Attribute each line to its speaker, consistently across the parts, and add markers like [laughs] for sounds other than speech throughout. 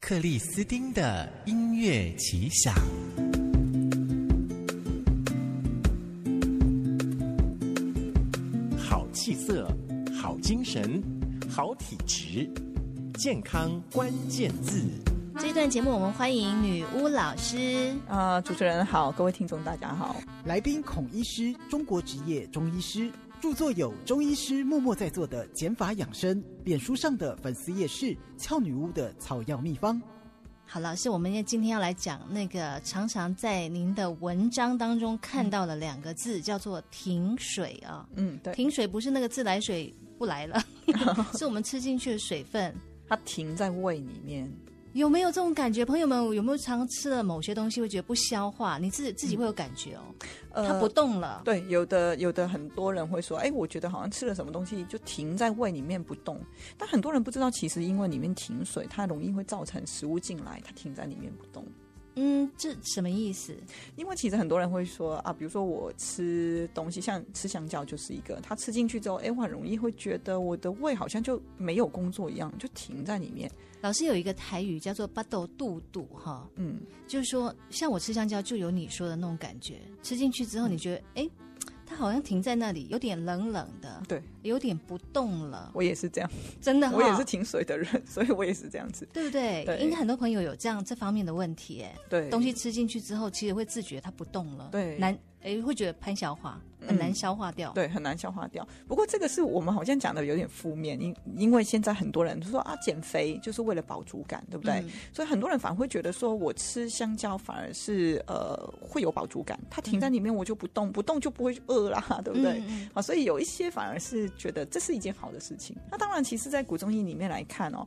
Speaker 1: 克利斯汀的音乐奇想。好气色，好精神，好体质，健康关键字。
Speaker 2: 这一段节目我们欢迎女巫老师。
Speaker 3: 啊、主持人好，各位听众大家好。
Speaker 4: 来宾孔医师，中国职业中医师，著作有《中医师默默在做的减法养生》，脸书上的粉丝夜市，俏女巫的草药秘方。
Speaker 2: 好，老师，我们要今天要来讲那个常常在您的文章当中看到了两个字，叫做“停水”啊。
Speaker 3: 嗯，对，
Speaker 2: 停水不是那个自来水不来
Speaker 3: [laughs]
Speaker 2: 了， [laughs] 是我们吃进去的水分。
Speaker 3: 它停在胃里面。
Speaker 2: 有没有这种感觉？朋友们有没有常吃了某些东西会觉得不消化？你自己自己会有感觉哦，它不动了。
Speaker 3: 嗯呃对，有的有的很多人会说，哎，我觉得好像吃了什么东西就停在胃里面不动。但很多人不知道，其实因为里面停水，它容易会造成食物进来，它停在里面不动。
Speaker 2: 嗯，这什么意思？
Speaker 3: 因为其实很多人会说啊，比如说我吃东西，像吃香蕉就是一个，它吃进去之后，哎，我很容易会觉得我的胃好像就没有工作一样，就停在里面。
Speaker 2: 老师有一个台语叫做“巴豆肚肚”哈，
Speaker 3: 嗯，
Speaker 2: 就是说，像我吃香蕉就有你说的那种感觉，吃进去之后你觉得，哎、它好像停在那里，有点冷冷的，
Speaker 3: 对
Speaker 2: 有点不动了，
Speaker 3: 我也是这样，
Speaker 2: 真的、哈
Speaker 3: 我也是停水的人，所以我也是这样子。
Speaker 2: 对不对？
Speaker 3: 对
Speaker 2: 应该很多朋友有这样这方面的问题，哎，
Speaker 3: 对，
Speaker 2: 东西吃进去之后，其实会自觉它不动了，
Speaker 3: 对嗯
Speaker 2: 难，哎，会觉得攀消化，很难消化掉。
Speaker 3: 对，很难消化掉。不过这个是我们好像讲的有点负面，因因为现在很多人都说啊，减肥就是为了饱足感，对不对？
Speaker 2: 嗯
Speaker 3: 所以很多人反而会觉得说，我吃香蕉反而是呃会有饱足感，它停在里面我就不动，不动就不会饿啦，对不对？
Speaker 2: 嗯嗯
Speaker 3: 啊，所以有一些反而是觉得这是一件好的事情。那当然，其实，在古中医里面来看哦，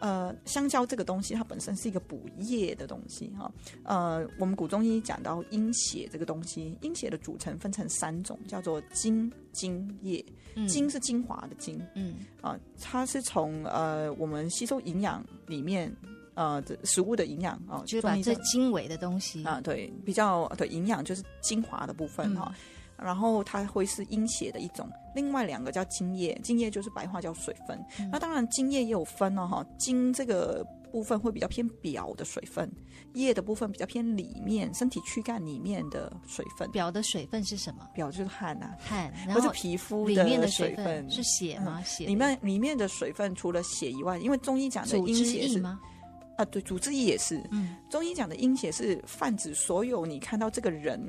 Speaker 3: 呃，香蕉这个东西它本身是一个补液的东西哈、呃，我们古中医讲到阴血这个东西，阴血的组成分成三种，叫做精、精液。
Speaker 2: 嗯
Speaker 3: 精是精华的精
Speaker 2: 嗯
Speaker 3: 啊、它是从呃我们吸收营养里面呃这食物的营养啊，
Speaker 2: 就是把
Speaker 3: 中医
Speaker 2: 最
Speaker 3: 叫
Speaker 2: 精微的东西，嗯
Speaker 3: 啊，对，比较对营养就是精华的部分哈、然后它会是阴血的一种，另外两个叫精液，精液就是白话叫水分。
Speaker 2: 嗯
Speaker 3: 那当然精液也有分哦哈，精这个部分会比较偏表的水分，液的部分比较偏里面身体躯干里面的水分，
Speaker 2: 表的水分是什么？
Speaker 3: 表就是汗呐、
Speaker 2: 汗，然
Speaker 3: 或是
Speaker 2: 后
Speaker 3: 皮肤
Speaker 2: 里面的
Speaker 3: 水
Speaker 2: 分是血吗？血
Speaker 3: 里面里面的水分除了血以外，因为中医讲的
Speaker 2: 组
Speaker 3: 阴
Speaker 2: 织
Speaker 3: 血
Speaker 2: 液
Speaker 3: 是
Speaker 2: 吗？
Speaker 3: 啊，对，主治医也是。
Speaker 2: 嗯，
Speaker 3: 中医讲的阴血是泛指所有你看到这个人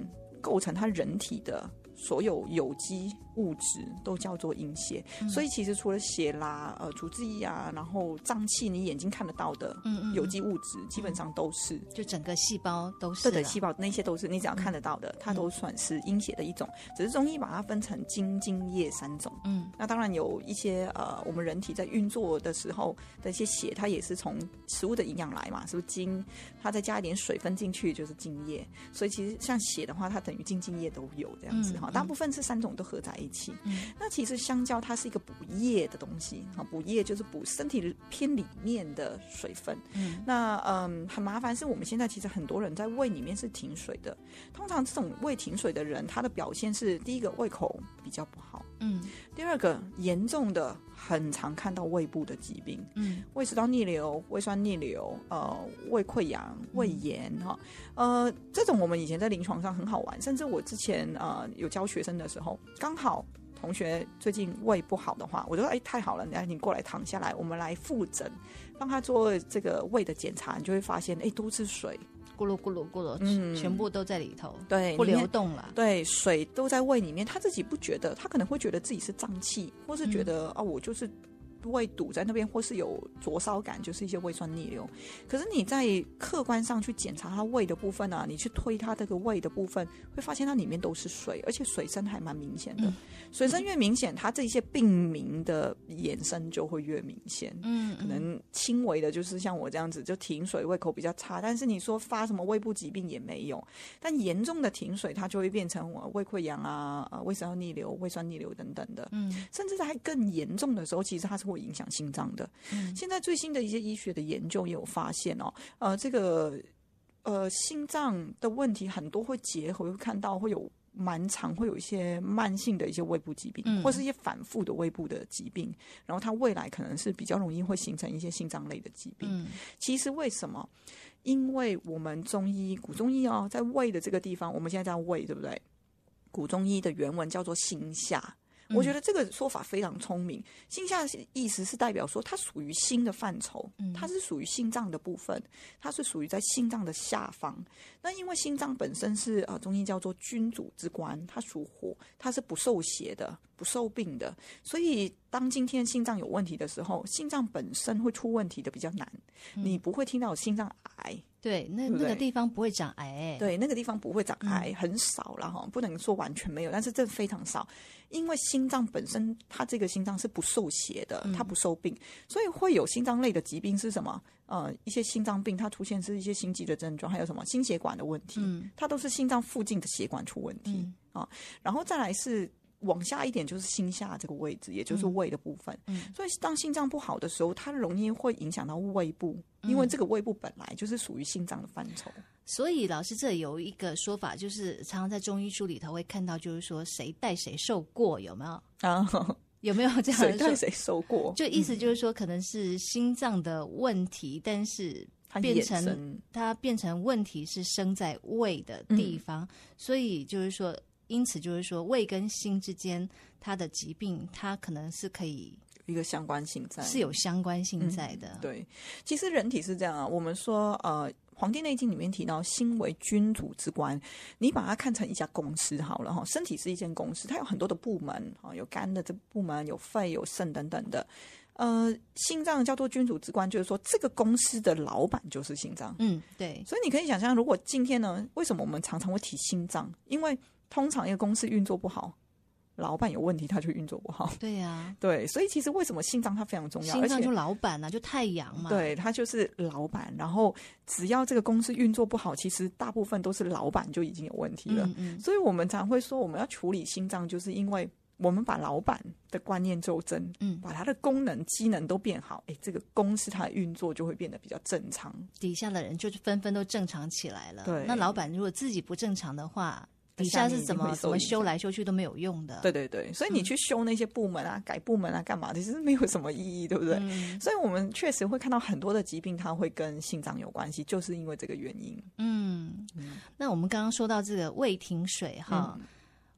Speaker 3: 构成他人体的所有有机物质都叫做阴血。
Speaker 2: 嗯
Speaker 3: 所以其实除了血啦、呃主治医啊，然后脏器你眼睛看得到的
Speaker 2: 嗯嗯，
Speaker 3: 有机物质，基本上都是。
Speaker 2: 就整个细胞都是嗯
Speaker 3: 对
Speaker 2: 了
Speaker 3: 的，细胞那些都是你只要看得到的，它都算是阴血的一种。只是中医把它分成精、精液三种。
Speaker 2: 嗯，
Speaker 3: 那当然有一些呃，我们人体在运作的时候的一些血，它也是从食物的营养来嘛，是不是精？它再加一点水分进去就是精液，所以其实像血的话，它等于精精液都有这样子
Speaker 2: 嗯
Speaker 3: 哈、
Speaker 2: 嗯
Speaker 3: 大部分是三种都合在一起。
Speaker 2: 嗯
Speaker 3: 那其实香蕉它是一个补液的东西哈，补液就是补身体偏里面的水分。
Speaker 2: 嗯，
Speaker 3: 那嗯，很麻烦是我们现在其实很多人在胃里面是停水的，通常这种胃停水的人，他的表现是第一个胃口比较不好。
Speaker 2: 嗯
Speaker 3: 第二个严重的，很常看到胃部的疾病，
Speaker 2: 嗯
Speaker 3: 胃食道逆流、胃酸逆流、呃，胃溃疡、胃炎哈、呃，这种我们以前在临床上很好玩，甚至我之前呃有教学生的时候，刚好同学最近胃不好的话，我就说哎太好了，你来你过来躺下来，我们来复诊，帮他做这个胃的检查，你就会发现哎都是水，
Speaker 2: 咕噜咕噜咕噜，
Speaker 3: 嗯
Speaker 2: 全部都在里头，
Speaker 3: 对
Speaker 2: 不
Speaker 3: 里面
Speaker 2: 流动了。
Speaker 3: 对，水都在胃里面，他自己不觉得，他可能会觉得自己是胀气，或是觉得、啊，我就是胃堵在那边，或是有灼烧感，就是一些胃酸逆流。可是你在客观上去检查他胃的部分啊，你去推他这个胃的部分，会发现它里面都是水，而且水声还蛮明显的。
Speaker 2: 嗯
Speaker 3: 水声越明显，它这一些病名的延伸就会越明显。
Speaker 2: 嗯，
Speaker 3: 可能轻微的，就是像我这样子，就停水，胃口比较差。但是你说发什么胃部疾病也没有，但严重的停水，它就会变成我胃溃疡啊、呃胃食道逆流、胃酸逆流等等的。
Speaker 2: 嗯
Speaker 3: 甚至在更严重的时候，其实它是会影响心脏的。
Speaker 2: 嗯
Speaker 3: 现在最新的一些医学的研究也有发现哦，呃，这个呃心脏的问题很多会结合，会看到会有蛮常会有一些慢性的一些胃部疾病，
Speaker 2: 嗯
Speaker 3: 或是一些反复的胃部的疾病，然后他未来可能是比较容易会形成一些心脏类的疾病。
Speaker 2: 嗯
Speaker 3: 其实为什么？因为我们中医古中医哦，在胃的这个地方，我们现在在胃，对不对？古中医的原文叫做心下，我觉得这个说法非常聪明。心下是意思是代表说它属于心的范畴，
Speaker 2: 嗯
Speaker 3: 它是属于心脏的部分，它是属于在心脏的下方。那因为心脏本身是呃中医叫做君主之官，它属火，它是不受邪的、不受病的，所以当今天心脏有问题的时候，心脏本身会出问题的比较难，
Speaker 2: 嗯
Speaker 3: 你不会听到有心脏癌。
Speaker 2: 对，那
Speaker 3: 对不
Speaker 2: 那个
Speaker 3: 对
Speaker 2: 地方不会长癌、欸，
Speaker 3: 对，那个地方不会长
Speaker 2: 嗯
Speaker 3: 癌，很少了哈，不能说完全没有，但是这非常少，因为心脏本身它这个心脏是不受邪
Speaker 2: 嗯
Speaker 3: 的，它不受病，所以会有心脏类的疾病是什么？呃，一些心脏病它出现是一些心悸的症状，还有什么心血管的问题，
Speaker 2: 嗯
Speaker 3: 它都是心脏附近的血管出问题。
Speaker 2: 嗯
Speaker 3: 然后再来是往下一点，就是心下这个位置，也就是胃的部分。
Speaker 2: 嗯
Speaker 3: 所以当心脏不好的时候，它容易会影响到胃部，
Speaker 2: 嗯
Speaker 3: 因为这个胃部本来就是属于心脏的范
Speaker 2: [laughs]
Speaker 3: 畴。
Speaker 2: 所以老师这有一个说法，就是常常在中医书里头会看到，就是说谁带谁受过，有没有？
Speaker 3: 啊，
Speaker 2: 有没有这样
Speaker 3: 谁
Speaker 2: 的
Speaker 3: 对
Speaker 2: 说？
Speaker 3: 谁嗯受过？
Speaker 2: 就意思就是说，可能是心脏的问题，但是
Speaker 3: 它
Speaker 2: 变
Speaker 3: 衍
Speaker 2: 成
Speaker 3: 生
Speaker 2: 它变成问题是生在胃的地方，
Speaker 3: 嗯
Speaker 2: 所以就是说，因此就是说，胃跟心之间它的疾病，它可能是可以
Speaker 3: 一个相关性在
Speaker 2: 是有相关性在的。
Speaker 3: 嗯对，其实人体是这样啊。我们说，呃，《黄帝内经》里面提到“心为君主之官”，你把它看成一家公司好了哈。身体是一间公司，它有很多的部门啊，有肝的这部门，有肺，有肾等等的。呃，心脏叫做君主之官，就是说这个公司的老板就是心脏。
Speaker 2: 嗯，对，
Speaker 3: 所以你可以想象，如果今天呢，为什么我们常常会提心脏？因为通常一个公司运作不好，老板有问题，他就运作不好。 [laughs]
Speaker 2: 对呀、
Speaker 3: 对，所以其实为什么心脏它非常重要？
Speaker 2: 心
Speaker 3: 而
Speaker 2: 脏
Speaker 3: 且
Speaker 2: 就老板啊，就太阳嘛。
Speaker 3: 对他就是老板，然后只要这个公司运作不好，其实大部分都是老板就已经有问题了。
Speaker 2: 嗯嗯，
Speaker 3: 所以我们常会说，我们要处理心脏，就是因为我们把老板的观念纠正，
Speaker 2: 嗯
Speaker 3: 把它的功能机能都变好，哎，这个公司它的运作就会变得比较正常。
Speaker 2: 底下的人就是纷纷都正常起来了。
Speaker 3: 对
Speaker 2: 那老板如果自己不正常的话，底
Speaker 3: 下
Speaker 2: 下
Speaker 3: 面
Speaker 2: 是
Speaker 3: 一定
Speaker 2: 怎
Speaker 3: 会
Speaker 2: 么
Speaker 3: 受
Speaker 2: 怎么
Speaker 3: 影响
Speaker 2: 修来修去都没有用的。
Speaker 3: 对对对，所以你去修那些部门啊、改部门啊、干嘛的，其实没有什么意义，对不对？
Speaker 2: 嗯
Speaker 3: 所以我们确实会看到很多的疾病，它会跟心脏有关系，就是因为这个原因。
Speaker 2: 嗯，那我们刚刚说到这个胃停水哈。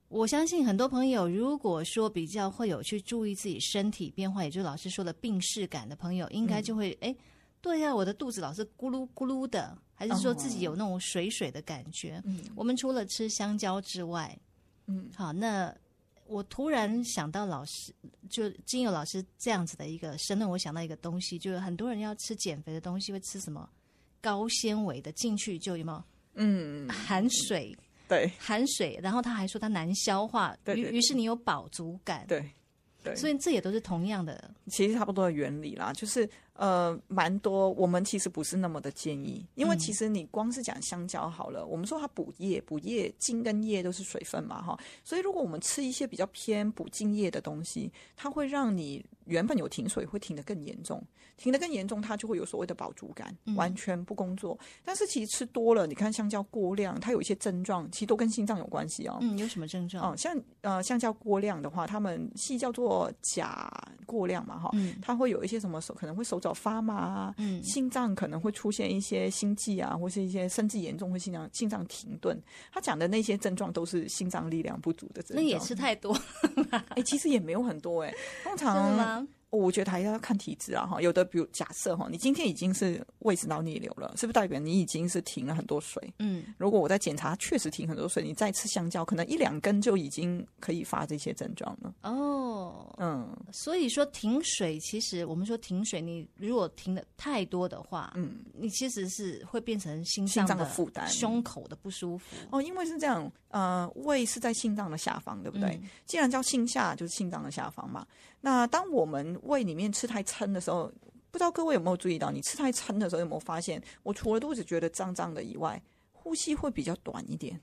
Speaker 2: 我相信很多朋友，如果说比较会有去注意自己身体变化，也就是老师说的病视感的朋友，应该就会哎、诶对呀、我的肚子老是咕噜咕噜的，还是说自己有那种水水的感觉。
Speaker 3: 哦嗯
Speaker 2: 我们除了吃香蕉之外，
Speaker 3: 嗯，
Speaker 2: 好，那我突然想到老师，就金友老师这样子的一个申论，我想到一个东西，就是很多人要吃减肥的东西会吃什么高纤维的，进去就有没有
Speaker 3: 嗯，
Speaker 2: 含水
Speaker 3: 对
Speaker 2: 含水，然后他还说它难消化，
Speaker 3: 对对
Speaker 2: 于
Speaker 3: 对
Speaker 2: 于是你有饱足感，
Speaker 3: 对嗯对。
Speaker 2: 所以这也都是同样的，
Speaker 3: 其实差不多的原理啦，就是呃，蛮多我们其实不是那么的建议，因为
Speaker 2: 嗯
Speaker 3: 其实你光是讲香蕉好了，我们说它补叶，补叶茎跟叶都是水分嘛哈，所以如果我们吃一些比较偏补茎叶的东西，它会让你原本有停水会停得更严重，停得更严重，它就会有所谓的饱足感，
Speaker 2: 嗯
Speaker 3: 完全不工作。但是其实吃多了，你看香蕉过量，它有一些症状，其实都跟心脏有关系哦。
Speaker 2: 嗯，有什么症状？
Speaker 3: 哦，像呃，像叫过量的话，他们系叫做钾过量嘛，哈、
Speaker 2: 嗯
Speaker 3: 它会有一些什么手可能会手脚发麻啊，
Speaker 2: 嗯
Speaker 3: 心脏可能会出现一些心悸啊，或是一些甚至严重会心脏心脏停顿。他讲的那些症状都是心脏力量不足的症
Speaker 2: 那
Speaker 3: 状。
Speaker 2: 也吃太多是
Speaker 3: 哎、其实也没有很多哎、通
Speaker 2: [laughs]
Speaker 3: 常
Speaker 2: 吗？
Speaker 3: 我觉得还是要看体质啊哈。有的比如假设哈，你今天已经是胃食道逆流了，是不是代表你已经是停了很多水？
Speaker 2: 嗯
Speaker 3: 如果我在检查确实停很多水，你再吃香蕉，可能一两根就已经可以发这些症状了。
Speaker 2: 哦，
Speaker 3: 嗯
Speaker 2: 所以说停水，其实我们说停水，你如果停的太多的话，
Speaker 3: 嗯，
Speaker 2: 你其实是会变成心
Speaker 3: 心
Speaker 2: 脏
Speaker 3: 脏的负担
Speaker 2: 胸口的不舒服。
Speaker 3: 哦，因为是这样，呃，胃是在心脏的下方，对不对？
Speaker 2: 嗯
Speaker 3: 既然叫心下，就是心脏的下方嘛。那当我们胃里面吃太撑的时候，不知道各位有没有注意到，你吃太撑的时候有没有发现，我除了肚子觉得胀胀的以外，呼吸会比较短一点，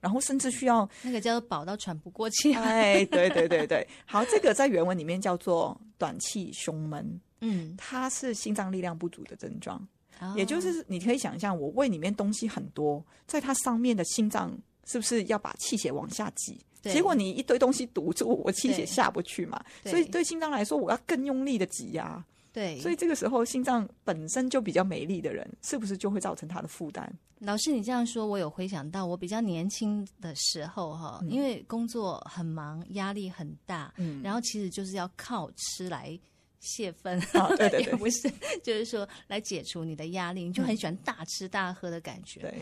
Speaker 3: 然后甚至需要
Speaker 2: 那个叫做饱到喘不过气来。
Speaker 3: [laughs] 哎，对对对对，好，这个在原文里面叫做短气胸闷，
Speaker 2: 嗯，
Speaker 3: 它是心脏力量不足的症状。
Speaker 2: 哦
Speaker 3: 也就是你可以想象，我胃里面东西很多，在它上面的心脏是不是要把气血往下挤？
Speaker 2: 对
Speaker 3: 结果你一堆东西堵住，我气血
Speaker 2: 对
Speaker 3: 下不去嘛。
Speaker 2: 对
Speaker 3: 所以对心脏来说，我要更用力的挤压。
Speaker 2: 对，
Speaker 3: 所以这个时候，心脏本身就比较没力的人，是不是就会造成他的负担？
Speaker 2: 老师，你这样说，我有回想到我比较年轻的时候哈，
Speaker 3: 嗯
Speaker 2: 因为工作很忙，压力很大，
Speaker 3: 嗯
Speaker 2: 然后其实就是要靠吃来泄愤，
Speaker 3: 啊对对嗯对
Speaker 2: [laughs] 也不是，就是说来解除你的压力，你就很喜欢大吃大喝的感觉。
Speaker 3: 对，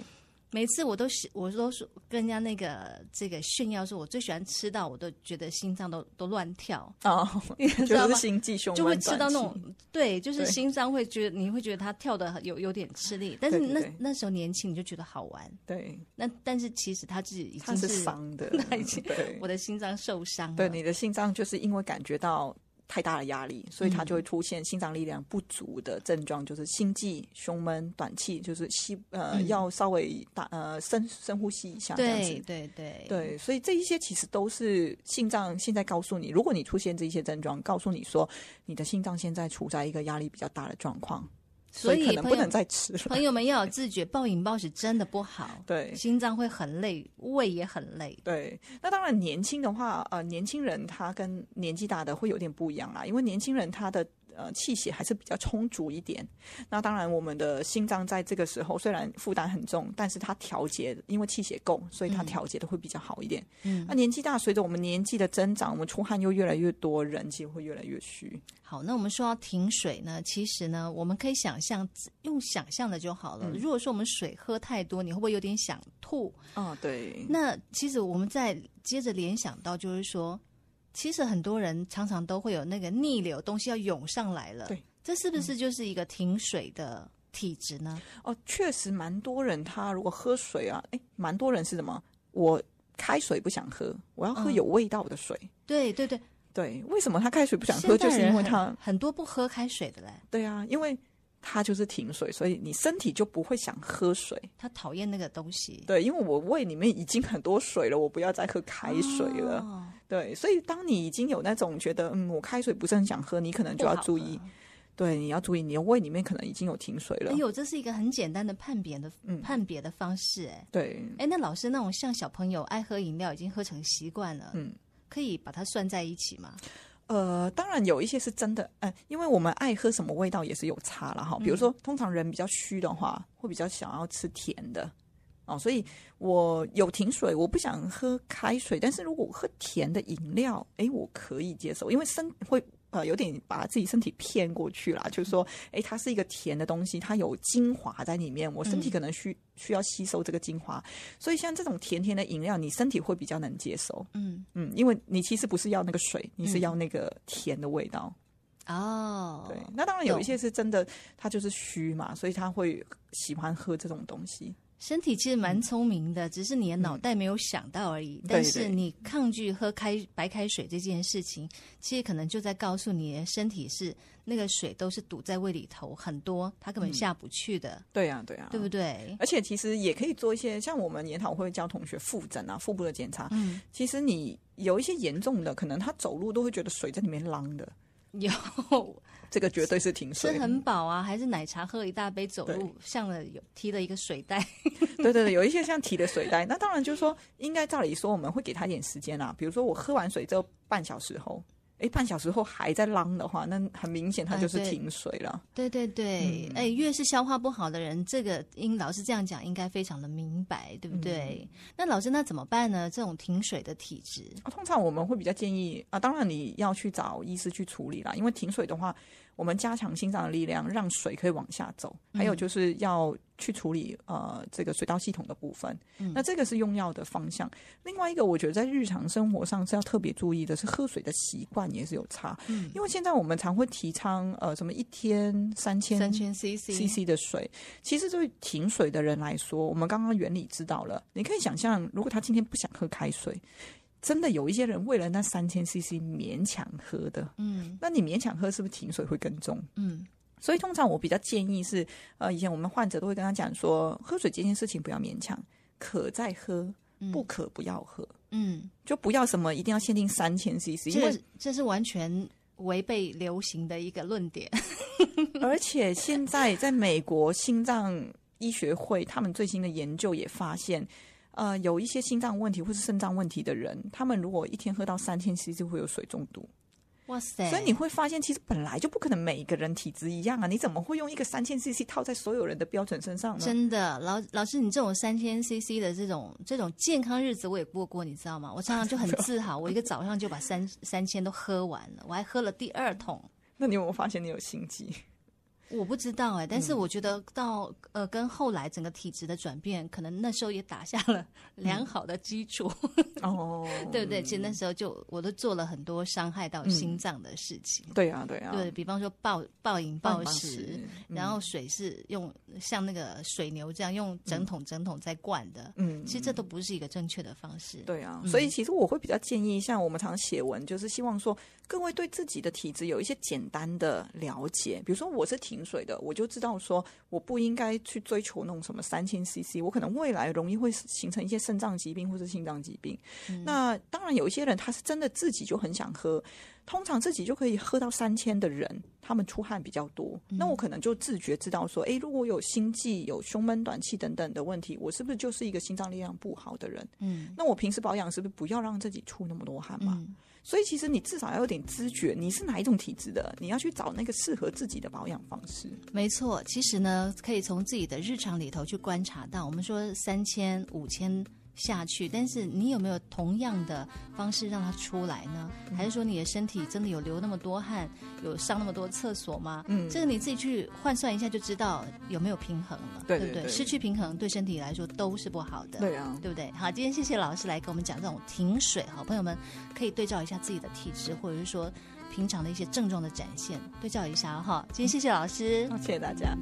Speaker 2: 每次我都喜，我都说跟人家那个这个炫耀说，我最喜欢吃到，我都觉得心脏都都乱跳，
Speaker 3: 哦，
Speaker 2: [laughs] 你知道
Speaker 3: [laughs] 就
Speaker 2: 吗
Speaker 3: 是？心悸胸闷
Speaker 2: 就会吃到那
Speaker 3: 短期
Speaker 2: 种对，就是
Speaker 3: 对
Speaker 2: 心脏会觉得你会觉得它跳的有有点吃力，但是
Speaker 3: 对对
Speaker 2: 那
Speaker 3: 对
Speaker 2: 那时候年轻你就觉得好玩，
Speaker 3: 对，
Speaker 2: 那但是其实他自己已
Speaker 3: 它
Speaker 2: 经
Speaker 3: 是
Speaker 2: 是
Speaker 3: 伤
Speaker 2: [laughs]
Speaker 3: 的，
Speaker 2: 他已经
Speaker 3: 对
Speaker 2: 我的心脏受伤了。
Speaker 3: 对你的心脏就是因为感觉到太大的压力，所以它
Speaker 2: 嗯
Speaker 3: 就会出现心脏力量不足的症状，就是心悸、胸闷、短气，就是吸呃、
Speaker 2: 嗯
Speaker 3: 要稍微打呃深深呼吸一下这样
Speaker 2: 对
Speaker 3: 子。
Speaker 2: 对对
Speaker 3: 对，所以这一些其实都是心脏现在告诉你，如果你出现这一些症状，告诉你说你的心脏现在处在一个压力比较大的状况，
Speaker 2: 所
Speaker 3: 所
Speaker 2: 以
Speaker 3: 可能
Speaker 2: 朋
Speaker 3: 不
Speaker 2: 友
Speaker 3: 能再吃了。
Speaker 2: 朋友们要有自觉，暴饮暴食真的不好，
Speaker 3: 对，
Speaker 2: 心脏会很累，胃也很累。
Speaker 3: 对，那当然年轻的话，呃，年轻人他跟年纪大的会有点不一样啦，因为年轻人他的呃气血还是比较充足一点。那当然，我们的心脏在这个时候虽然负担很重，但是它调节，因为气血够，所以它
Speaker 2: 嗯
Speaker 3: 调节的会比较好一点。
Speaker 2: 嗯
Speaker 3: 那，年纪大，随着我们年纪的增长，我们出汗又越来越多，人其实会越来越虚。
Speaker 2: 好，那我们说到停水呢，其实呢，我们可以想象，用想象的就好了。
Speaker 3: 嗯
Speaker 2: 如果说我们水喝太多，你会不会有点想吐？
Speaker 3: 啊、对，
Speaker 2: 那其实我们再接着联想到，就是说，其实很多人常常都会有那个逆流东西要涌上来了，
Speaker 3: 对，嗯
Speaker 2: 这是不是就是一个停水的体质呢？
Speaker 3: 哦，确实蛮多人他如果喝水啊，哎，蛮多人是什么？我开水不想喝，我要喝
Speaker 2: 嗯
Speaker 3: 有味道的水。
Speaker 2: 对对对，
Speaker 3: 对，为什么他开水不想
Speaker 2: 现
Speaker 3: 喝？
Speaker 2: 代
Speaker 3: 就是因
Speaker 2: 人
Speaker 3: 为
Speaker 2: 很
Speaker 3: 他，
Speaker 2: 很多不喝开水的嘞，
Speaker 3: 对啊，因为他就是停水，所以你身体就不会想喝水。
Speaker 2: 他讨厌那个东西，
Speaker 3: 对，因为我胃里面已经很多水了，我不要再喝开水了。
Speaker 2: 哦
Speaker 3: 对，所以当你已经有那种觉得，嗯，我开水不是很想喝，你可能就要注。意
Speaker 2: 不好，
Speaker 3: 对，你要注意，你的胃里面可能已经有停水
Speaker 2: 喝
Speaker 3: 了
Speaker 2: 哎。呦，这是一个很简单的判别的、
Speaker 3: 嗯
Speaker 2: 判别的方式，哎。
Speaker 3: 对，
Speaker 2: 哎，那老师那种像小朋友爱喝饮料已经喝成习惯了，
Speaker 3: 嗯。
Speaker 2: 可以把它算在一起吗？
Speaker 3: 呃，当然有一些是真的，嗯、因为我们爱喝什么味道也是有差了哈。比如说，通常人比较虚的话，会比较想要吃甜的哦，所以我有停水，我不想喝开水，但是如果我喝甜的饮料，诶，我可以接受，因为身会。呃，有点把自己身体骗过去啦，就是说，诶，它是一个甜的东西，它有精华在里面，我身
Speaker 2: 嗯
Speaker 3: 体可能需需要吸收这个精华，所以像这种甜甜的饮料，你身体会比较能接受。
Speaker 2: 嗯，
Speaker 3: 嗯，因为你其实不是要那个水，你是
Speaker 2: 嗯
Speaker 3: 要那个甜的味道。
Speaker 2: 哦，
Speaker 3: 对，那当然有
Speaker 2: 懂
Speaker 3: 一些是真的，他就是虚嘛，所以他会喜欢喝这种东西。
Speaker 2: 身体其实蛮聪明的，只是你的脑袋没有想到而已。
Speaker 3: 嗯对
Speaker 2: 但是
Speaker 3: 对
Speaker 2: 你抗拒喝开白开水这件事情，其实可能就在告诉你的身体是那个水都是堵在胃里头，很多它根
Speaker 3: 嗯
Speaker 2: 本下不去的，
Speaker 3: 对呀、对呀、
Speaker 2: 对不？啊对？ [laughs]
Speaker 3: 而且其实也可以做一些，像我们研讨会教同学腹诊啊、腹部的检查。
Speaker 2: 嗯，
Speaker 3: 其实你有一些严重的，可能他走路都会觉得水在里面啷的，
Speaker 2: 有
Speaker 3: 这个绝对是停
Speaker 2: 吃
Speaker 3: 水。
Speaker 2: 很饱啊，还是奶茶喝一大杯，走路
Speaker 3: 对
Speaker 2: 像了有提了一个水袋，
Speaker 3: 对对对，有一些像提的水袋，那当然就是说，应该照理说我们会给他一点时间啦。比如说我喝完水之后半小时后，诶，半小时后还在浪的话，那很明显他就是
Speaker 2: 哎对
Speaker 3: 停水了。
Speaker 2: 对对对，
Speaker 3: 嗯
Speaker 2: 哎、越是消化不好的人，这个应老师这样讲，应该非常的明白，对不对？
Speaker 3: 嗯
Speaker 2: 那老师那怎么办呢？这种停水的体质，
Speaker 3: 啊通常我们会比较建议啊，当然你要去找医师去处理啦，因为停水的话，我们加强心脏的力量，让水可以往下走，还有
Speaker 2: 嗯
Speaker 3: 就是要去处理呃这个水道系统的部分。
Speaker 2: 嗯
Speaker 3: 那这个是用药的方向。另外一个，我觉得在日常生活上是要特别注意的是喝水的习惯也是有差，
Speaker 2: 嗯
Speaker 3: 因为现在我们常会提倡呃什么一天三千
Speaker 2: 三千 CC，,
Speaker 3: CC 的水，其实对于停水的人来说，我们刚刚原理知道了。你可以想象，如果他今天不想喝开水，真的有一些人为了那三千 CC 勉强喝的，
Speaker 2: 嗯
Speaker 3: 那你勉强喝是不是停水会更重？
Speaker 2: 嗯，
Speaker 3: 所以通常我比较建议是，呃，以前我们患者都会跟他讲说，喝水这件事情不要勉强，可再喝，
Speaker 2: 嗯
Speaker 3: 不可不要喝，
Speaker 2: 嗯，
Speaker 3: 就不要什么一定要限定三千 CC，因为
Speaker 2: 这这是完全违背流行的一个论点， [laughs] 嗯
Speaker 3: 而且现在在美国心脏医学会，他们最新的研究也发现，呃，有一些心脏问题或是肾脏问题的人，他们如果一天喝到三千 CC 会有水中毒。
Speaker 2: 哇塞！
Speaker 3: 所以你会发现，其实本来就不可能每一个人体质一样啊，你怎么会用一个三千 CC 套在所有人的标准身上呢？
Speaker 2: 真的，老老师，你这种三千 CC 的这种这种健康日子我也过过，你知道吗？我常常
Speaker 3: [laughs]
Speaker 2: 就很自豪，我一个早上就把三三千都喝完了，我还喝了第二桶。
Speaker 3: 那你有没有发现你有心机？
Speaker 2: 我不知道哎、但是我觉得到、呃，跟后来整个体质的转变，可能那时候也打下了良好的基础， [laughs]
Speaker 3: 哦，
Speaker 2: [laughs] 对不对？其实那时候就我都做了很多伤害到心脏的事情，
Speaker 3: [laughs] 对啊，对啊，
Speaker 2: 对，比方说暴暴饮暴食，嗯
Speaker 3: 食，
Speaker 2: 然后水是用像那个水牛这样用整桶整桶在灌的，
Speaker 3: 嗯，
Speaker 2: 其实这都不是一个正确的方式。
Speaker 3: 对啊，
Speaker 2: 嗯
Speaker 3: 所以其实我会比较建议，像我们常写文，就是希望说各位对自己的体质有一些简单的了解。比如说我是停水的，我就知道说我不应该去追求那种什么三千 CC，我可能未来容易会形成一些肾脏疾病或是心脏疾病。那当然有一些人他是真的自己就很想喝。通常自己就可以喝到三千的人，他们出汗比较多。那我可能就自觉知道说，诶，如果有心悸、有胸闷、短气等等的问题，我是不是就是一个心脏力量不好的人？
Speaker 2: 嗯
Speaker 3: 那我平时保养是不是不要让自己出那么多汗嘛？
Speaker 2: 嗯，
Speaker 3: 所以其实你至少要有点知觉，你是哪一种体质的，你要去找那个适合自己的保养方式。
Speaker 2: 没错。其实呢，可以从自己的日常里头去观察到，我们说三千、五千下去，但是你有没有同样的方式让它出来呢？
Speaker 3: 嗯
Speaker 2: 还是说你的身体真的有流那么多汗，有上那么多厕所吗？
Speaker 3: 嗯
Speaker 2: 这个你自己去换算一下就知道有没有平衡了，
Speaker 3: 对
Speaker 2: 不
Speaker 3: 对
Speaker 2: 对？
Speaker 3: 对
Speaker 2: 失去平衡对身体来说都是不好的。
Speaker 3: 对啊，
Speaker 2: 对不对？好，今天谢谢老师来给我们讲这种停水，好朋友们可以对照一下自己的体质，或者是说平常的一些症状的展现，对照一下哈。今天谢谢老师，
Speaker 3: 谢谢大家。